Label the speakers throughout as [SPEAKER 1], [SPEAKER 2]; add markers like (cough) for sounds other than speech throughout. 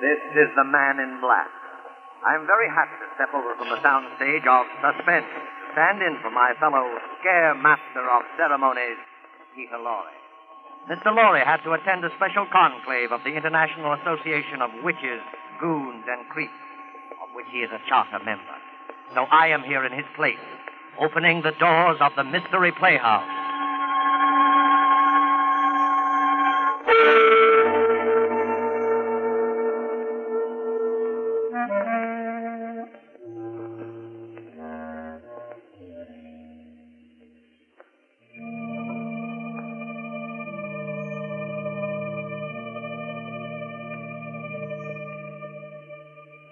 [SPEAKER 1] This is the man in black. I'm very happy to step over from the soundstage of suspense to stand in for my fellow scare master of ceremonies, Peter Lorre. Mr. Lorre had to attend a special conclave of the International Association of Witches, Goons, and Creeps, of which he is a charter member. So I am here in his place, opening the doors of the Mystery Playhouse.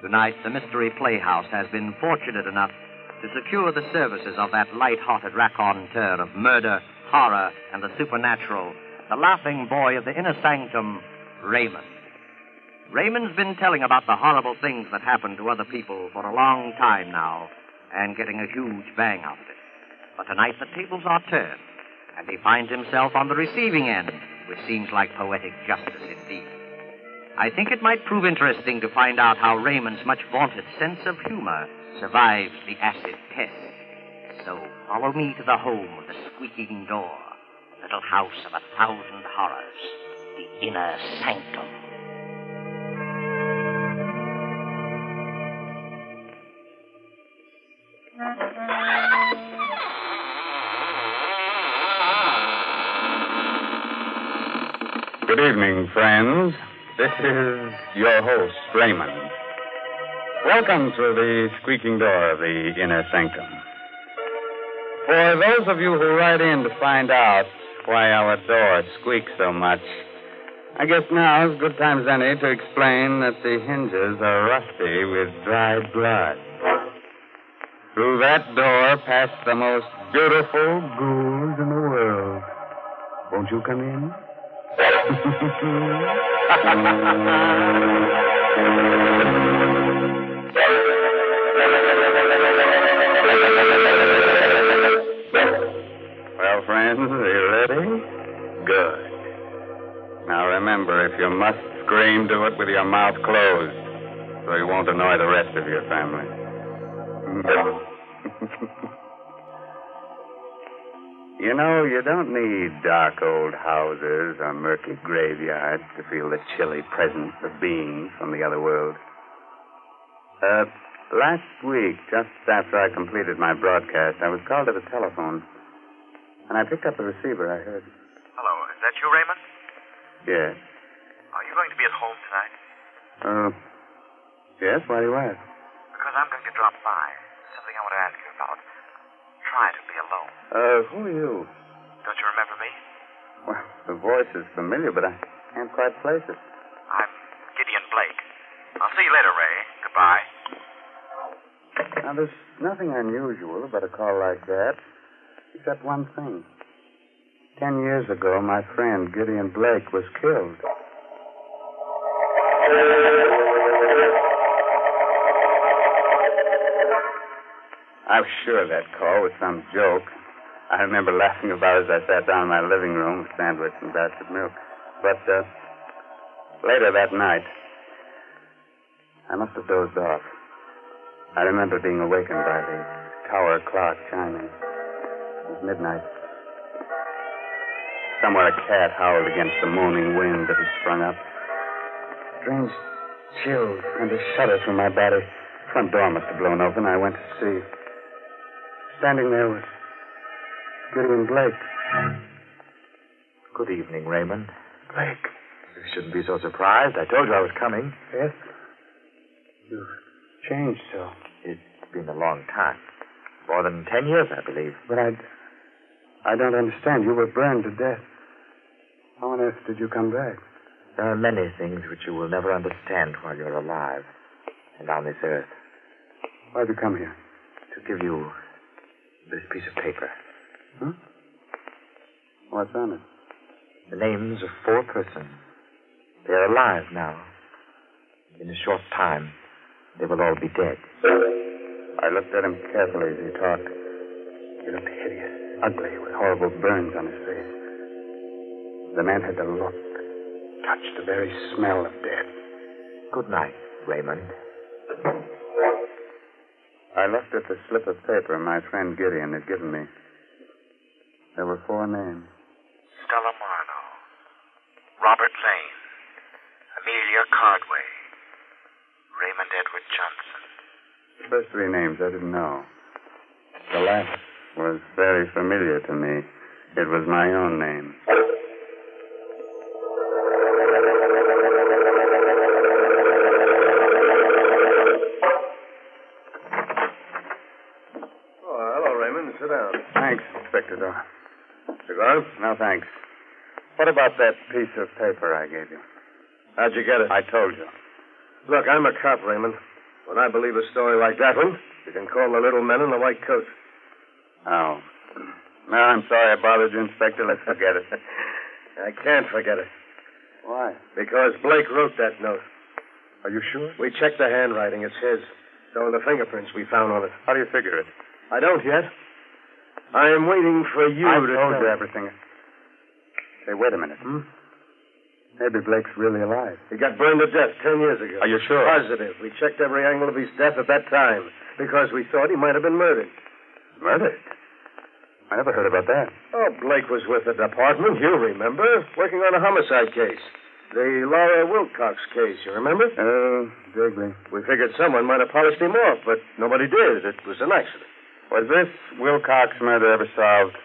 [SPEAKER 1] Tonight, the Mystery Playhouse has been fortunate enough to secure the services of that light-hearted raconteur of murder, horror, and the supernatural, the laughing boy of the inner sanctum, Raymond. Raymond's been telling about the horrible things that happen to other people for a long time now, and getting a huge bang out of it. But tonight the tables are turned, and he finds himself on the receiving end, which seems like poetic justice indeed. I think it might prove interesting to find out how Raymond's much vaunted sense of humor survives the acid test. So follow me to the home of the squeaking door, little house of a thousand horrors, the inner sanctum.
[SPEAKER 2] Good evening, friends. This is your host, Raymond. Welcome to the squeaking door of the inner sanctum. For those of you who write in to find out why our door squeaks so much, I guess now is good time as any to explain that the hinges are rusty with dried blood. Through that door passed the most beautiful ghouls in the world. Won't you come in? Well, friends, are you ready? Good. Now remember, if you must scream, do it with your mouth closed, so you won't annoy the rest of your family. (laughs) you know, you don't need dark old houses or murky graveyards to feel the chilly presence of beings from the other world. Uh, last week, just after I completed my broadcast, I was called to the telephone. And I picked up the receiver, I heard.
[SPEAKER 3] Hello, is that you, Raymond?
[SPEAKER 2] Yes.
[SPEAKER 3] Are you going to be at home tonight?
[SPEAKER 2] Uh, yes, why do you ask?
[SPEAKER 3] Because I'm going to drop by. Something I want to ask you about. Try to be alone.
[SPEAKER 2] Uh, who are you?
[SPEAKER 3] Don't you remember me?
[SPEAKER 2] Well, the voice is familiar, but I can't quite place it.
[SPEAKER 3] I'm Gideon Blake. I'll see you later, Ray. Goodbye.
[SPEAKER 2] Now, there's nothing unusual about a call like that, except one thing. Ten years ago, my friend Gideon Blake was killed. I'm sure that call was some joke. I remember laughing about it as I sat down in my living room with sandwich and glass of milk. But uh, later that night, I must have dozed off. I remember being awakened by the tower clock chiming. It was midnight. Somewhere a cat howled against the moaning wind that had sprung up. Strange chill and a shudder through my body. Front door must have blown open. I went to see. Standing there was Gideon Blake.
[SPEAKER 4] Good evening, Raymond. Blake, you shouldn't be so surprised. I told you I was coming.
[SPEAKER 2] Yes? You've changed so.
[SPEAKER 4] It's been a long time. More than ten years, I believe.
[SPEAKER 2] But I. I don't understand. You were burned to death. How on earth did you come back?
[SPEAKER 4] There are many things which you will never understand while you're alive and on this earth.
[SPEAKER 2] Why'd you come here?
[SPEAKER 4] To give you this piece of paper.
[SPEAKER 2] Huh? What's on it?
[SPEAKER 4] The names of four persons. They're alive now. In a short time, they will all be dead.
[SPEAKER 2] I looked at him carefully as he talked. He looked hideous, ugly, with horrible burns on his face. The man had the look, touched the very smell of death.
[SPEAKER 4] Good night, Raymond.
[SPEAKER 2] I looked at the slip of paper my friend Gideon had given me. There were four names.
[SPEAKER 3] Stella Marlowe, Robert Lane, Amelia Cardway, Raymond Edward Johnson.
[SPEAKER 2] The first three names I didn't know. The last was very familiar to me. It was my own name.
[SPEAKER 5] Oh, hello, Raymond. Sit down.
[SPEAKER 2] Thanks, Inspector Dorr. Cigars? No, thanks. What about that piece of paper I gave you?
[SPEAKER 5] How'd you get it?
[SPEAKER 2] I told you.
[SPEAKER 5] Look, I'm a cop, Raymond. When I believe a story like that one, you can call the little men in the white coat.
[SPEAKER 2] Oh. No, I'm sorry I bothered you, Inspector. Let's forget it.
[SPEAKER 5] I can't forget it.
[SPEAKER 2] Why?
[SPEAKER 5] Because Blake wrote that note.
[SPEAKER 2] Are you sure?
[SPEAKER 5] We checked the handwriting. It's his. So are the fingerprints we found on it.
[SPEAKER 2] How do you figure it?
[SPEAKER 5] I don't yet. I am waiting for you
[SPEAKER 2] I told
[SPEAKER 5] to tell
[SPEAKER 2] you
[SPEAKER 5] me.
[SPEAKER 2] everything. Hey, wait a minute.
[SPEAKER 5] Hmm?
[SPEAKER 2] Maybe Blake's really alive.
[SPEAKER 5] He got burned to death ten years ago.
[SPEAKER 2] Are you sure?
[SPEAKER 5] Positive. We checked every angle of his death at that time because we thought he might have been murdered.
[SPEAKER 2] Murdered? I never heard about that.
[SPEAKER 5] Oh, Blake was with the department, you remember, working on a homicide case. The Laura Wilcox case, you remember?
[SPEAKER 2] Oh, vaguely.
[SPEAKER 5] We figured someone might have polished him off, but nobody did. It was an accident.
[SPEAKER 2] Was this Wilcox murder ever solved?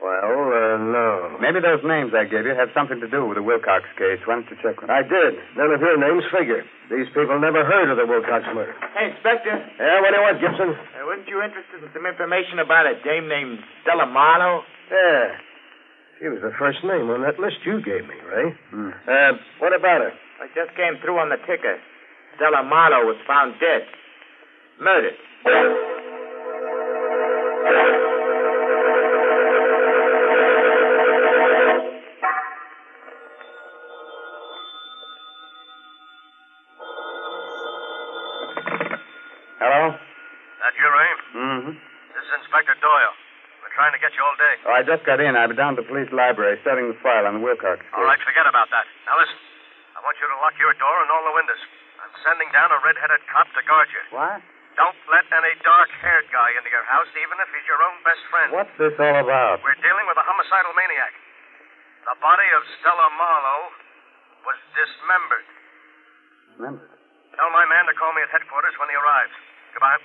[SPEAKER 5] Well, uh, no.
[SPEAKER 2] Maybe those names I gave you have something to do with the Wilcox case. Why don't you check them?
[SPEAKER 5] I did. None of your names figure. These people never heard of the Wilcox murder.
[SPEAKER 6] Hey, Inspector,
[SPEAKER 5] Yeah, what do you want, Gibson?
[SPEAKER 6] uh, weren't you interested in some information about a dame named Stella Marlowe?
[SPEAKER 5] Yeah. She was the first name on that list you gave me, Ray.
[SPEAKER 2] Hmm.
[SPEAKER 5] Uh, what about her?
[SPEAKER 6] I just came through on the ticker. Stella Marlowe was found dead. Murdered.
[SPEAKER 2] Hello?
[SPEAKER 3] That you, Ray?
[SPEAKER 2] Mm-hmm.
[SPEAKER 3] This is Inspector Doyle. We're trying to get you all day.
[SPEAKER 2] Oh, I just got in. I've been down to the police library studying the file on the Wilcox case.
[SPEAKER 3] All right, forget about that. Now listen, I want you to lock your door and all the windows. I'm sending down a red-headed cop to guard you.
[SPEAKER 2] What?
[SPEAKER 3] Don't let any dark-haired guy into your house, even if he's your own best friend.
[SPEAKER 2] What's this all about?
[SPEAKER 3] We're dealing with a homicidal maniac. The body of Stella Marlowe was dismembered.
[SPEAKER 2] Remember.
[SPEAKER 3] Tell my man to call me at headquarters when he arrives. Goodbye.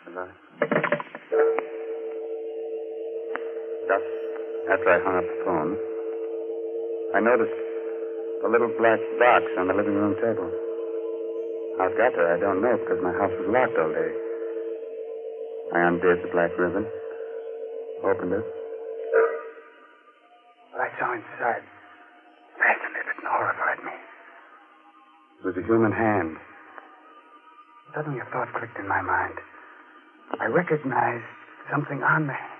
[SPEAKER 2] Hello? Just after I hung up the phone, I noticed a little black box on the living room table. How it got there, I don't know, because my house was locked all day. I undid the black ribbon, opened it. What I saw inside fascinated and horrified me. It was a human hand. Suddenly a thought clicked in my mind. I recognized something on the hand.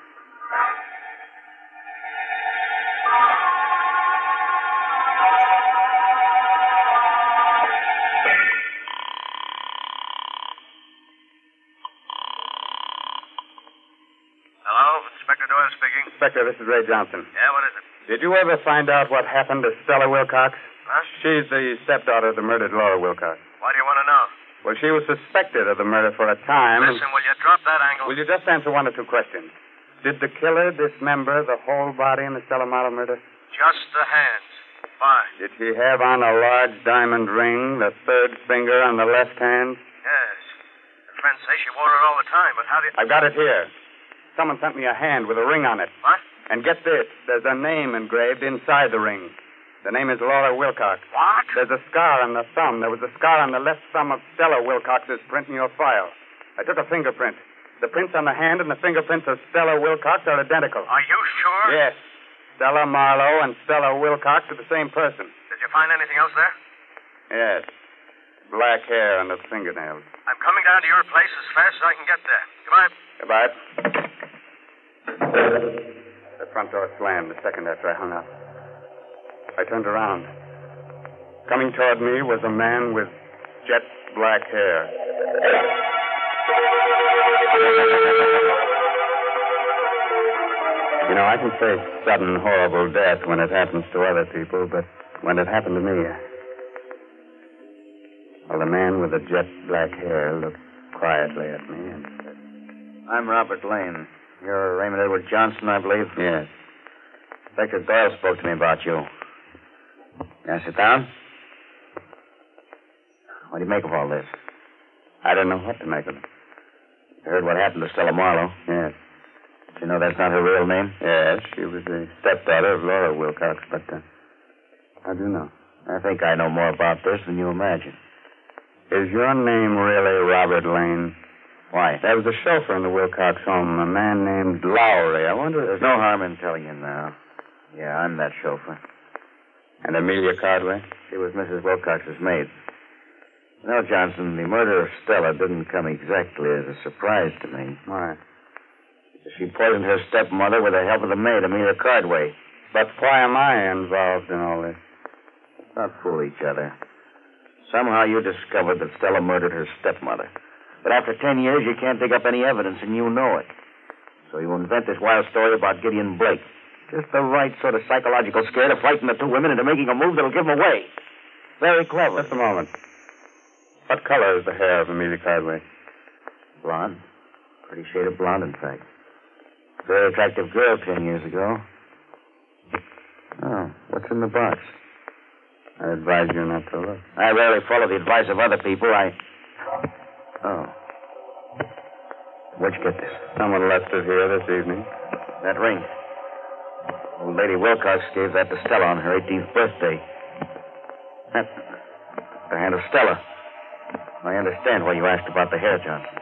[SPEAKER 3] Hello, Inspector Doyle speaking.
[SPEAKER 2] Inspector, this is Ray Johnson.
[SPEAKER 3] Yeah, what is it?
[SPEAKER 2] Did you ever find out what happened to Stella Wilcox?
[SPEAKER 3] Huh?
[SPEAKER 2] She's the stepdaughter of the murdered Laura Wilcox.
[SPEAKER 3] Why do you want to know?
[SPEAKER 2] Well, she was suspected of the murder for a time. and-
[SPEAKER 3] Listen, will you drop that angle?
[SPEAKER 2] Will you just answer one or two questions? Did the killer dismember the whole body in the Stella Marlowe murder?
[SPEAKER 3] Just the hands. Fine.
[SPEAKER 2] Did she have on a large diamond ring, the third finger on the left hand?
[SPEAKER 3] Yes. Your friends say she wore it all the time, but how do you...
[SPEAKER 2] I've got it here. Someone sent me a hand with a ring on it.
[SPEAKER 3] What?
[SPEAKER 2] And get this there's a name engraved inside the ring. The name is Laura Wilcox.
[SPEAKER 3] What?
[SPEAKER 2] There's a scar on the thumb. There was a scar on the left thumb of Stella Wilcox's print in your file. I took a fingerprint. The prints on the hand and the fingerprints of Stella Wilcox are identical.
[SPEAKER 3] Are you sure?
[SPEAKER 2] Yes. Stella Marlowe and Stella Wilcox are the same person.
[SPEAKER 3] Did you find anything else there?
[SPEAKER 2] Yes. Black hair under the fingernails.
[SPEAKER 3] I'm coming down to your place as fast as I can get there. Goodbye.
[SPEAKER 2] Goodbye. The front door slammed a second after I hung up. I turned around. Coming toward me was a man with jet black hair. You know, I can face sudden, horrible death when it happens to other people, but when it happened to me, the man with the jet black hair looked quietly at me and said,
[SPEAKER 4] I'm Robert Lane. You're Raymond Edward Johnson, I believe.
[SPEAKER 2] Yes.
[SPEAKER 4] Inspector Doyle spoke to me about you. Now sit down. What do you make of all this?
[SPEAKER 2] I don't know what to make of it.
[SPEAKER 4] You heard what happened to Stella Marlowe.
[SPEAKER 2] Yes.
[SPEAKER 4] You know that's not her real name?
[SPEAKER 2] Yes, she was the stepdaughter of Laura Wilcox, but uh, I do know.
[SPEAKER 4] I think I know more about this than you imagine.
[SPEAKER 2] Is your name really Robert Lane?
[SPEAKER 4] Why?
[SPEAKER 2] There was a chauffeur in the Wilcox home, a man named Lowry. I wonder
[SPEAKER 4] There's
[SPEAKER 2] if...
[SPEAKER 4] no harm in telling you now. Yeah, I'm that chauffeur.
[SPEAKER 2] And Amelia Cardway?
[SPEAKER 4] She was Mrs. Wilcox's maid. Now, Johnson, the murder of Stella didn't come exactly as a surprise to me.
[SPEAKER 2] Why?
[SPEAKER 4] She poisoned her stepmother with the help of the maid, Amelia Cardway.
[SPEAKER 2] But why am I involved in all this?
[SPEAKER 4] Let's not fool each other. Somehow you discovered that Stella murdered her stepmother. But after ten years, you can't dig up any evidence, and you know it. So you invent this wild story about Gideon Blake. Just the right sort of psychological scare to frighten the two women into making a move that'll give them away. Very clever.
[SPEAKER 2] Just a moment. What color is the hair of Amelia Cardway?
[SPEAKER 4] Blonde. Pretty shade of blonde, in fact. Very attractive girl ten years ago. Oh, what's in the box?
[SPEAKER 2] I advise you not to look.
[SPEAKER 4] I rarely follow the advice of other people. I. Oh. Where'd you get this?
[SPEAKER 2] Someone left it here this evening.
[SPEAKER 4] That ring. Old Lady Wilcox gave that to Stella on her 18th birthday. That. The hand of Stella. I understand why you asked about the hair, Johnson.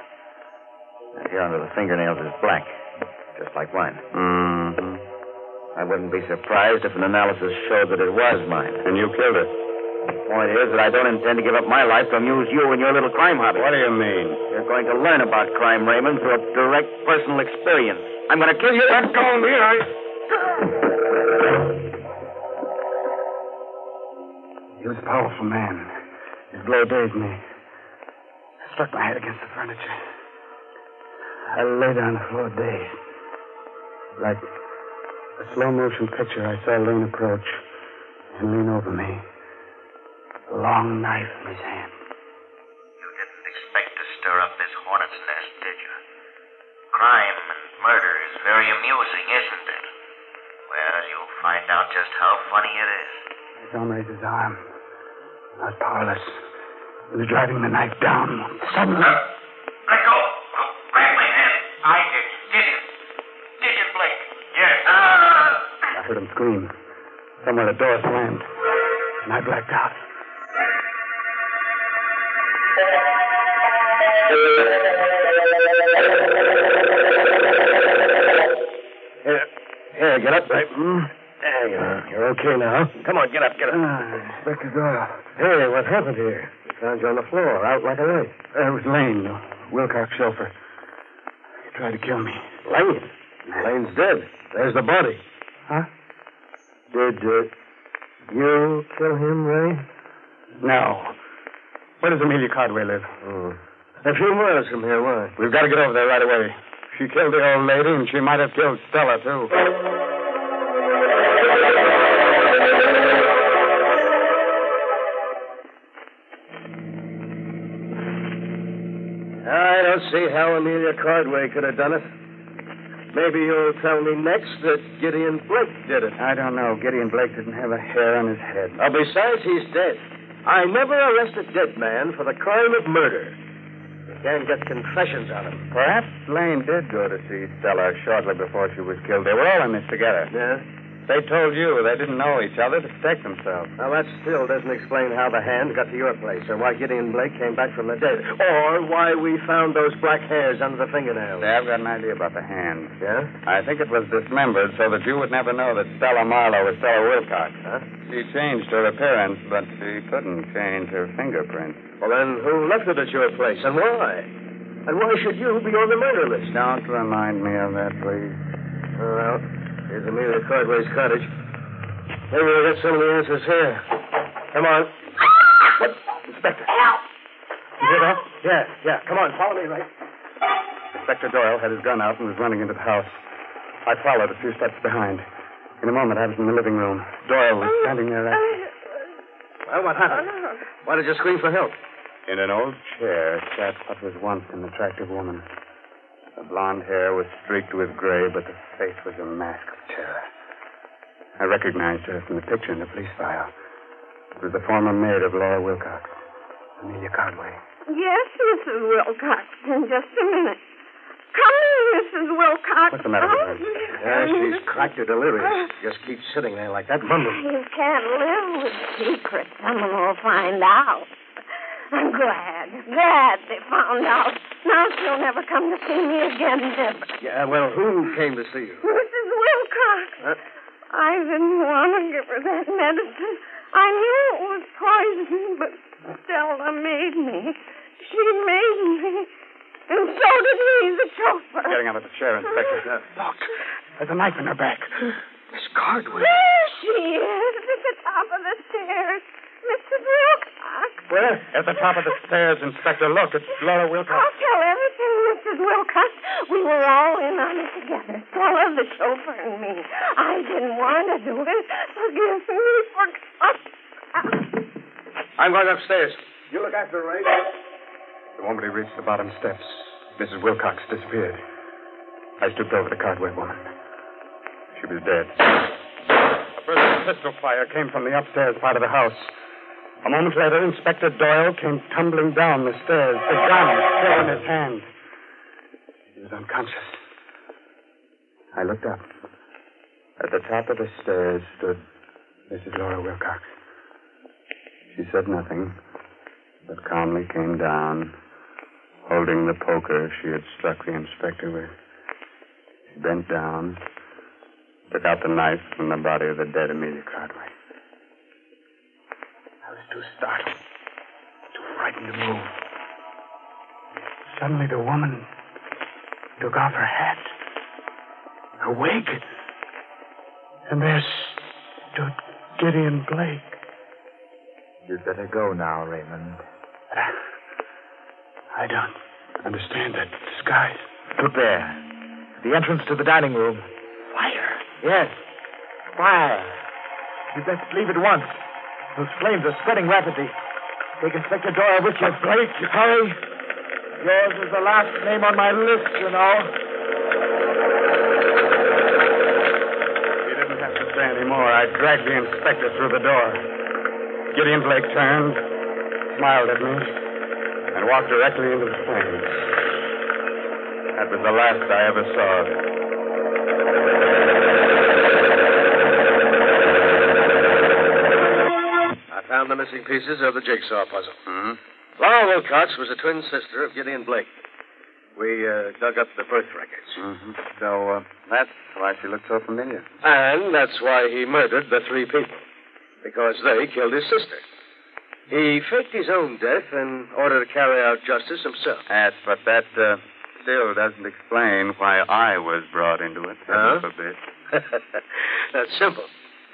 [SPEAKER 4] That hair under the fingernails is black, just like mine.
[SPEAKER 2] Mm-hmm.
[SPEAKER 4] I wouldn't be surprised if an analysis showed that it was mine.
[SPEAKER 2] And you killed her.
[SPEAKER 4] The point is that I don't intend to give up my life to amuse you and your little crime hobby.
[SPEAKER 2] What do you mean?
[SPEAKER 4] You're going to learn about crime, Raymond, through a direct personal experience. I'm going to kill you.
[SPEAKER 5] Let go of me. I.
[SPEAKER 2] He was a powerful man. His blow dazed me. I struck my head against the furniture. I lay down on the floor dazed. Like a slow motion picture, I saw Lean approach and lean over me. A long knife in his hand.
[SPEAKER 6] You didn't expect to stir up this hornet's nest, did you? Crime and murder is very amusing, isn't it? Well, you'll find out just how funny it is.
[SPEAKER 2] His arm raised his arm. I was powerless. He was driving the knife down.
[SPEAKER 3] Uh,
[SPEAKER 2] Suddenly.
[SPEAKER 6] Let go!
[SPEAKER 3] Oh,
[SPEAKER 6] Grab my hand! I did. Did it? Did it, Blake? Ah! Yes.
[SPEAKER 2] I heard him scream. Somewhere the door slammed, and I blacked out.
[SPEAKER 4] Here, here get up, Raymond.
[SPEAKER 2] There you are. Uh, You're okay now.
[SPEAKER 4] Come on, get up, get up.
[SPEAKER 2] Ah, Inspector Doyle.
[SPEAKER 5] Hey, what happened here? Found you on the floor, out like a light.
[SPEAKER 2] There Uh, was Lane, the Wilcox chauffeur. He tried to kill me.
[SPEAKER 5] Lane? Lane's dead. There's the body.
[SPEAKER 2] Huh?
[SPEAKER 5] Did uh, you kill him, Ray?
[SPEAKER 2] No. Where does Amelia Cardway live?
[SPEAKER 5] Hmm. A few miles from here, why?
[SPEAKER 2] We've got to get over there right away. She killed the old lady, and she might have killed Stella, too.
[SPEAKER 5] I don't see how Amelia Cardway could have done it. Maybe you'll tell me next that Gideon Blake did it.
[SPEAKER 2] I don't know. Gideon Blake didn't have a hair on his head. Oh,
[SPEAKER 5] Uh, besides, he's dead. I never arrest a dead man for the crime of murder. You can't get confessions on him.
[SPEAKER 2] Perhaps Lane did go to see Stella shortly before she was killed. They were all in this together.
[SPEAKER 5] Yeah?
[SPEAKER 2] They told you they didn't know each other to protect themselves.
[SPEAKER 5] Now, that still doesn't explain how the hand got to your place, or why Gideon Blake came back from the dead, or why we found those black hairs under the fingernails.
[SPEAKER 2] Say, I've got an idea about the hand.
[SPEAKER 5] Yeah?
[SPEAKER 2] I think it was dismembered so that you would never know that Stella Marlowe was Stella Wilcox.
[SPEAKER 5] Huh?
[SPEAKER 2] She changed her appearance, but she couldn't change her fingerprint.
[SPEAKER 5] Well, then, who left it at your place, and why? And why should you be on the murder list?
[SPEAKER 2] Don't remind me of that, please.
[SPEAKER 5] Well, here's Amelia Cardway's cottage. Maybe we'll get some of the answers here. Come on. What? Inspector. Help! You hear that? Yeah, yeah. Come on, follow me, right?
[SPEAKER 2] Inspector Doyle had his gun out and was running into the house. I followed a few steps behind. In a moment, I was in the living room. Doyle was standing there.
[SPEAKER 5] Well, what happened? Why did you scream for help?
[SPEAKER 2] In an old chair sat what was once an attractive woman. The blonde hair was streaked with gray, but the face was a mask of terror. I recognized her from the picture in the police file. It was the former maid of Laura Wilcox, Amelia Conway.
[SPEAKER 7] Yes, Mrs. Wilcox, in just a minute. Come in, Mrs. Wilcox.
[SPEAKER 2] What's the matter with her?
[SPEAKER 7] Oh,
[SPEAKER 5] Yeah, she's cracked or delirious. Just keeps sitting there like that, mumbling.
[SPEAKER 7] You can't live with secrets. Someone will find out. I'm glad, glad they found out. Now she'll never come to see me again, Deborah.
[SPEAKER 5] Yeah, well, who came to see you?
[SPEAKER 7] Mrs. Wilcox,
[SPEAKER 5] Huh?
[SPEAKER 7] I didn't want to give her that medicine. I knew it was poison, but Stella made me. She made me. And so did he, the chauffeur.
[SPEAKER 2] Getting out of the chair, Inspector. Uh, look, there's a knife in her back.
[SPEAKER 5] Miss Cardwell.
[SPEAKER 7] There she is, at the top of the stairs. Mrs. Wilcox.
[SPEAKER 2] Where? At the top of the stairs, Inspector. Look, it's Laura Wilcox.
[SPEAKER 7] I'll tell everything, Mrs. Wilcox. We were all in on it together. Stella, the chauffeur, and me. I didn't want to do it. Forgive me for...
[SPEAKER 5] I'm going upstairs. You look after her, Ray.
[SPEAKER 2] The moment he reached the bottom steps, Mrs. Wilcox disappeared. I stooped over the Cardway woman. She was dead. A burst of pistol fire came from the upstairs part of the house. A moment later, Inspector Doyle came tumbling down the stairs, the gun still in his hand. He was unconscious. I looked up. At the top of the stairs stood Mrs. Laura Wilcox. She said nothing, but calmly came down, holding the poker she had struck the inspector with. She bent down, took out the knife from the body of the dead Amelia Cardway. I was too startled, too frightened to move. Suddenly, the woman took off her hat, her wig, and there stood Gideon Blake.
[SPEAKER 4] You'd better go now, Raymond.
[SPEAKER 2] I don't understand that disguise.
[SPEAKER 4] Look there. The entrance to the dining room.
[SPEAKER 2] Fire.
[SPEAKER 4] Yes. Fire. You'd best leave at once. Those flames are spreading rapidly. Take Inspector Doyle with you. Blake, hurry. Yours is the last name on my list, you know.
[SPEAKER 2] He didn't have to say any more. I dragged the inspector through the door. Gideon Blake turned, smiled at me, and walked directly into the flames. That was the last I ever saw of him.
[SPEAKER 5] I found the missing pieces of the jigsaw puzzle.
[SPEAKER 2] Mm-hmm.
[SPEAKER 5] Laura Wilcox was a twin sister of Gideon Blake. We uh, dug up the birth records.
[SPEAKER 2] Mm-hmm. So uh, that's why she looked so familiar.
[SPEAKER 5] And that's why he murdered the three people. Because they killed his sister. He faked his own death in order to carry out justice himself. (laughs)
[SPEAKER 2] Yes, but that uh, still doesn't explain why I was brought into it. A
[SPEAKER 5] Huh?
[SPEAKER 2] bit.
[SPEAKER 5] That's simple.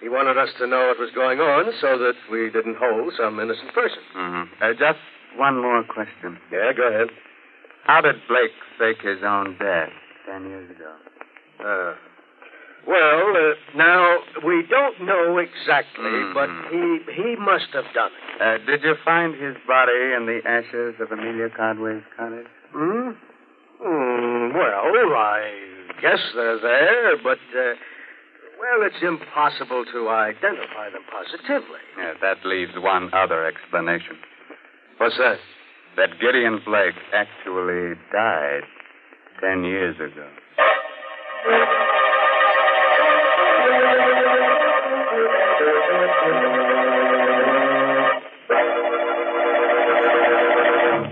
[SPEAKER 5] He wanted us to know what was going on so that we didn't hold some innocent person.
[SPEAKER 2] Mm-hmm. Uh, just one more question.
[SPEAKER 5] Yeah, go ahead.
[SPEAKER 2] How did Blake fake his own death ten years ago?
[SPEAKER 5] Uh, well, uh, now we don't know exactly,
[SPEAKER 2] Mhm.
[SPEAKER 5] but he he must have done it.
[SPEAKER 2] Uh, did you find his body in the ashes of Amelia Cardway's cottage?
[SPEAKER 5] Hmm. Hmm, well, I guess they're there, but uh, well, it's impossible to identify them positively.
[SPEAKER 2] Yeah, that leaves one other explanation.
[SPEAKER 5] What's that?
[SPEAKER 2] That Gideon Blake actually died ten years ago.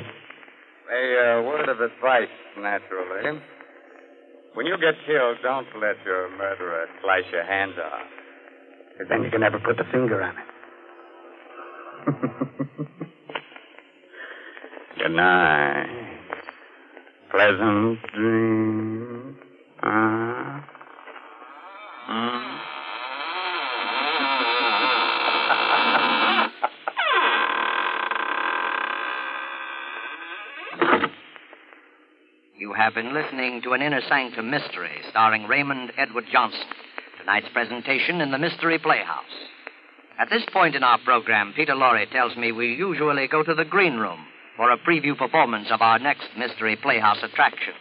[SPEAKER 2] A uh, word of advice, naturally. When you get killed, don't let your murderer slice your hands off. 'Cause Then you can never put the finger on it. Good night. Pleasant dreams.
[SPEAKER 1] Uh-huh.
[SPEAKER 2] Ah. Mm.
[SPEAKER 1] You have been listening to an Inner Sanctum mystery starring Raymond Edward Johnson. Tonight's presentation in the Mystery Playhouse. At this point in our program, Peter Lorre tells me we usually go to the green room
[SPEAKER 2] for a preview performance of our next Mystery Playhouse attraction.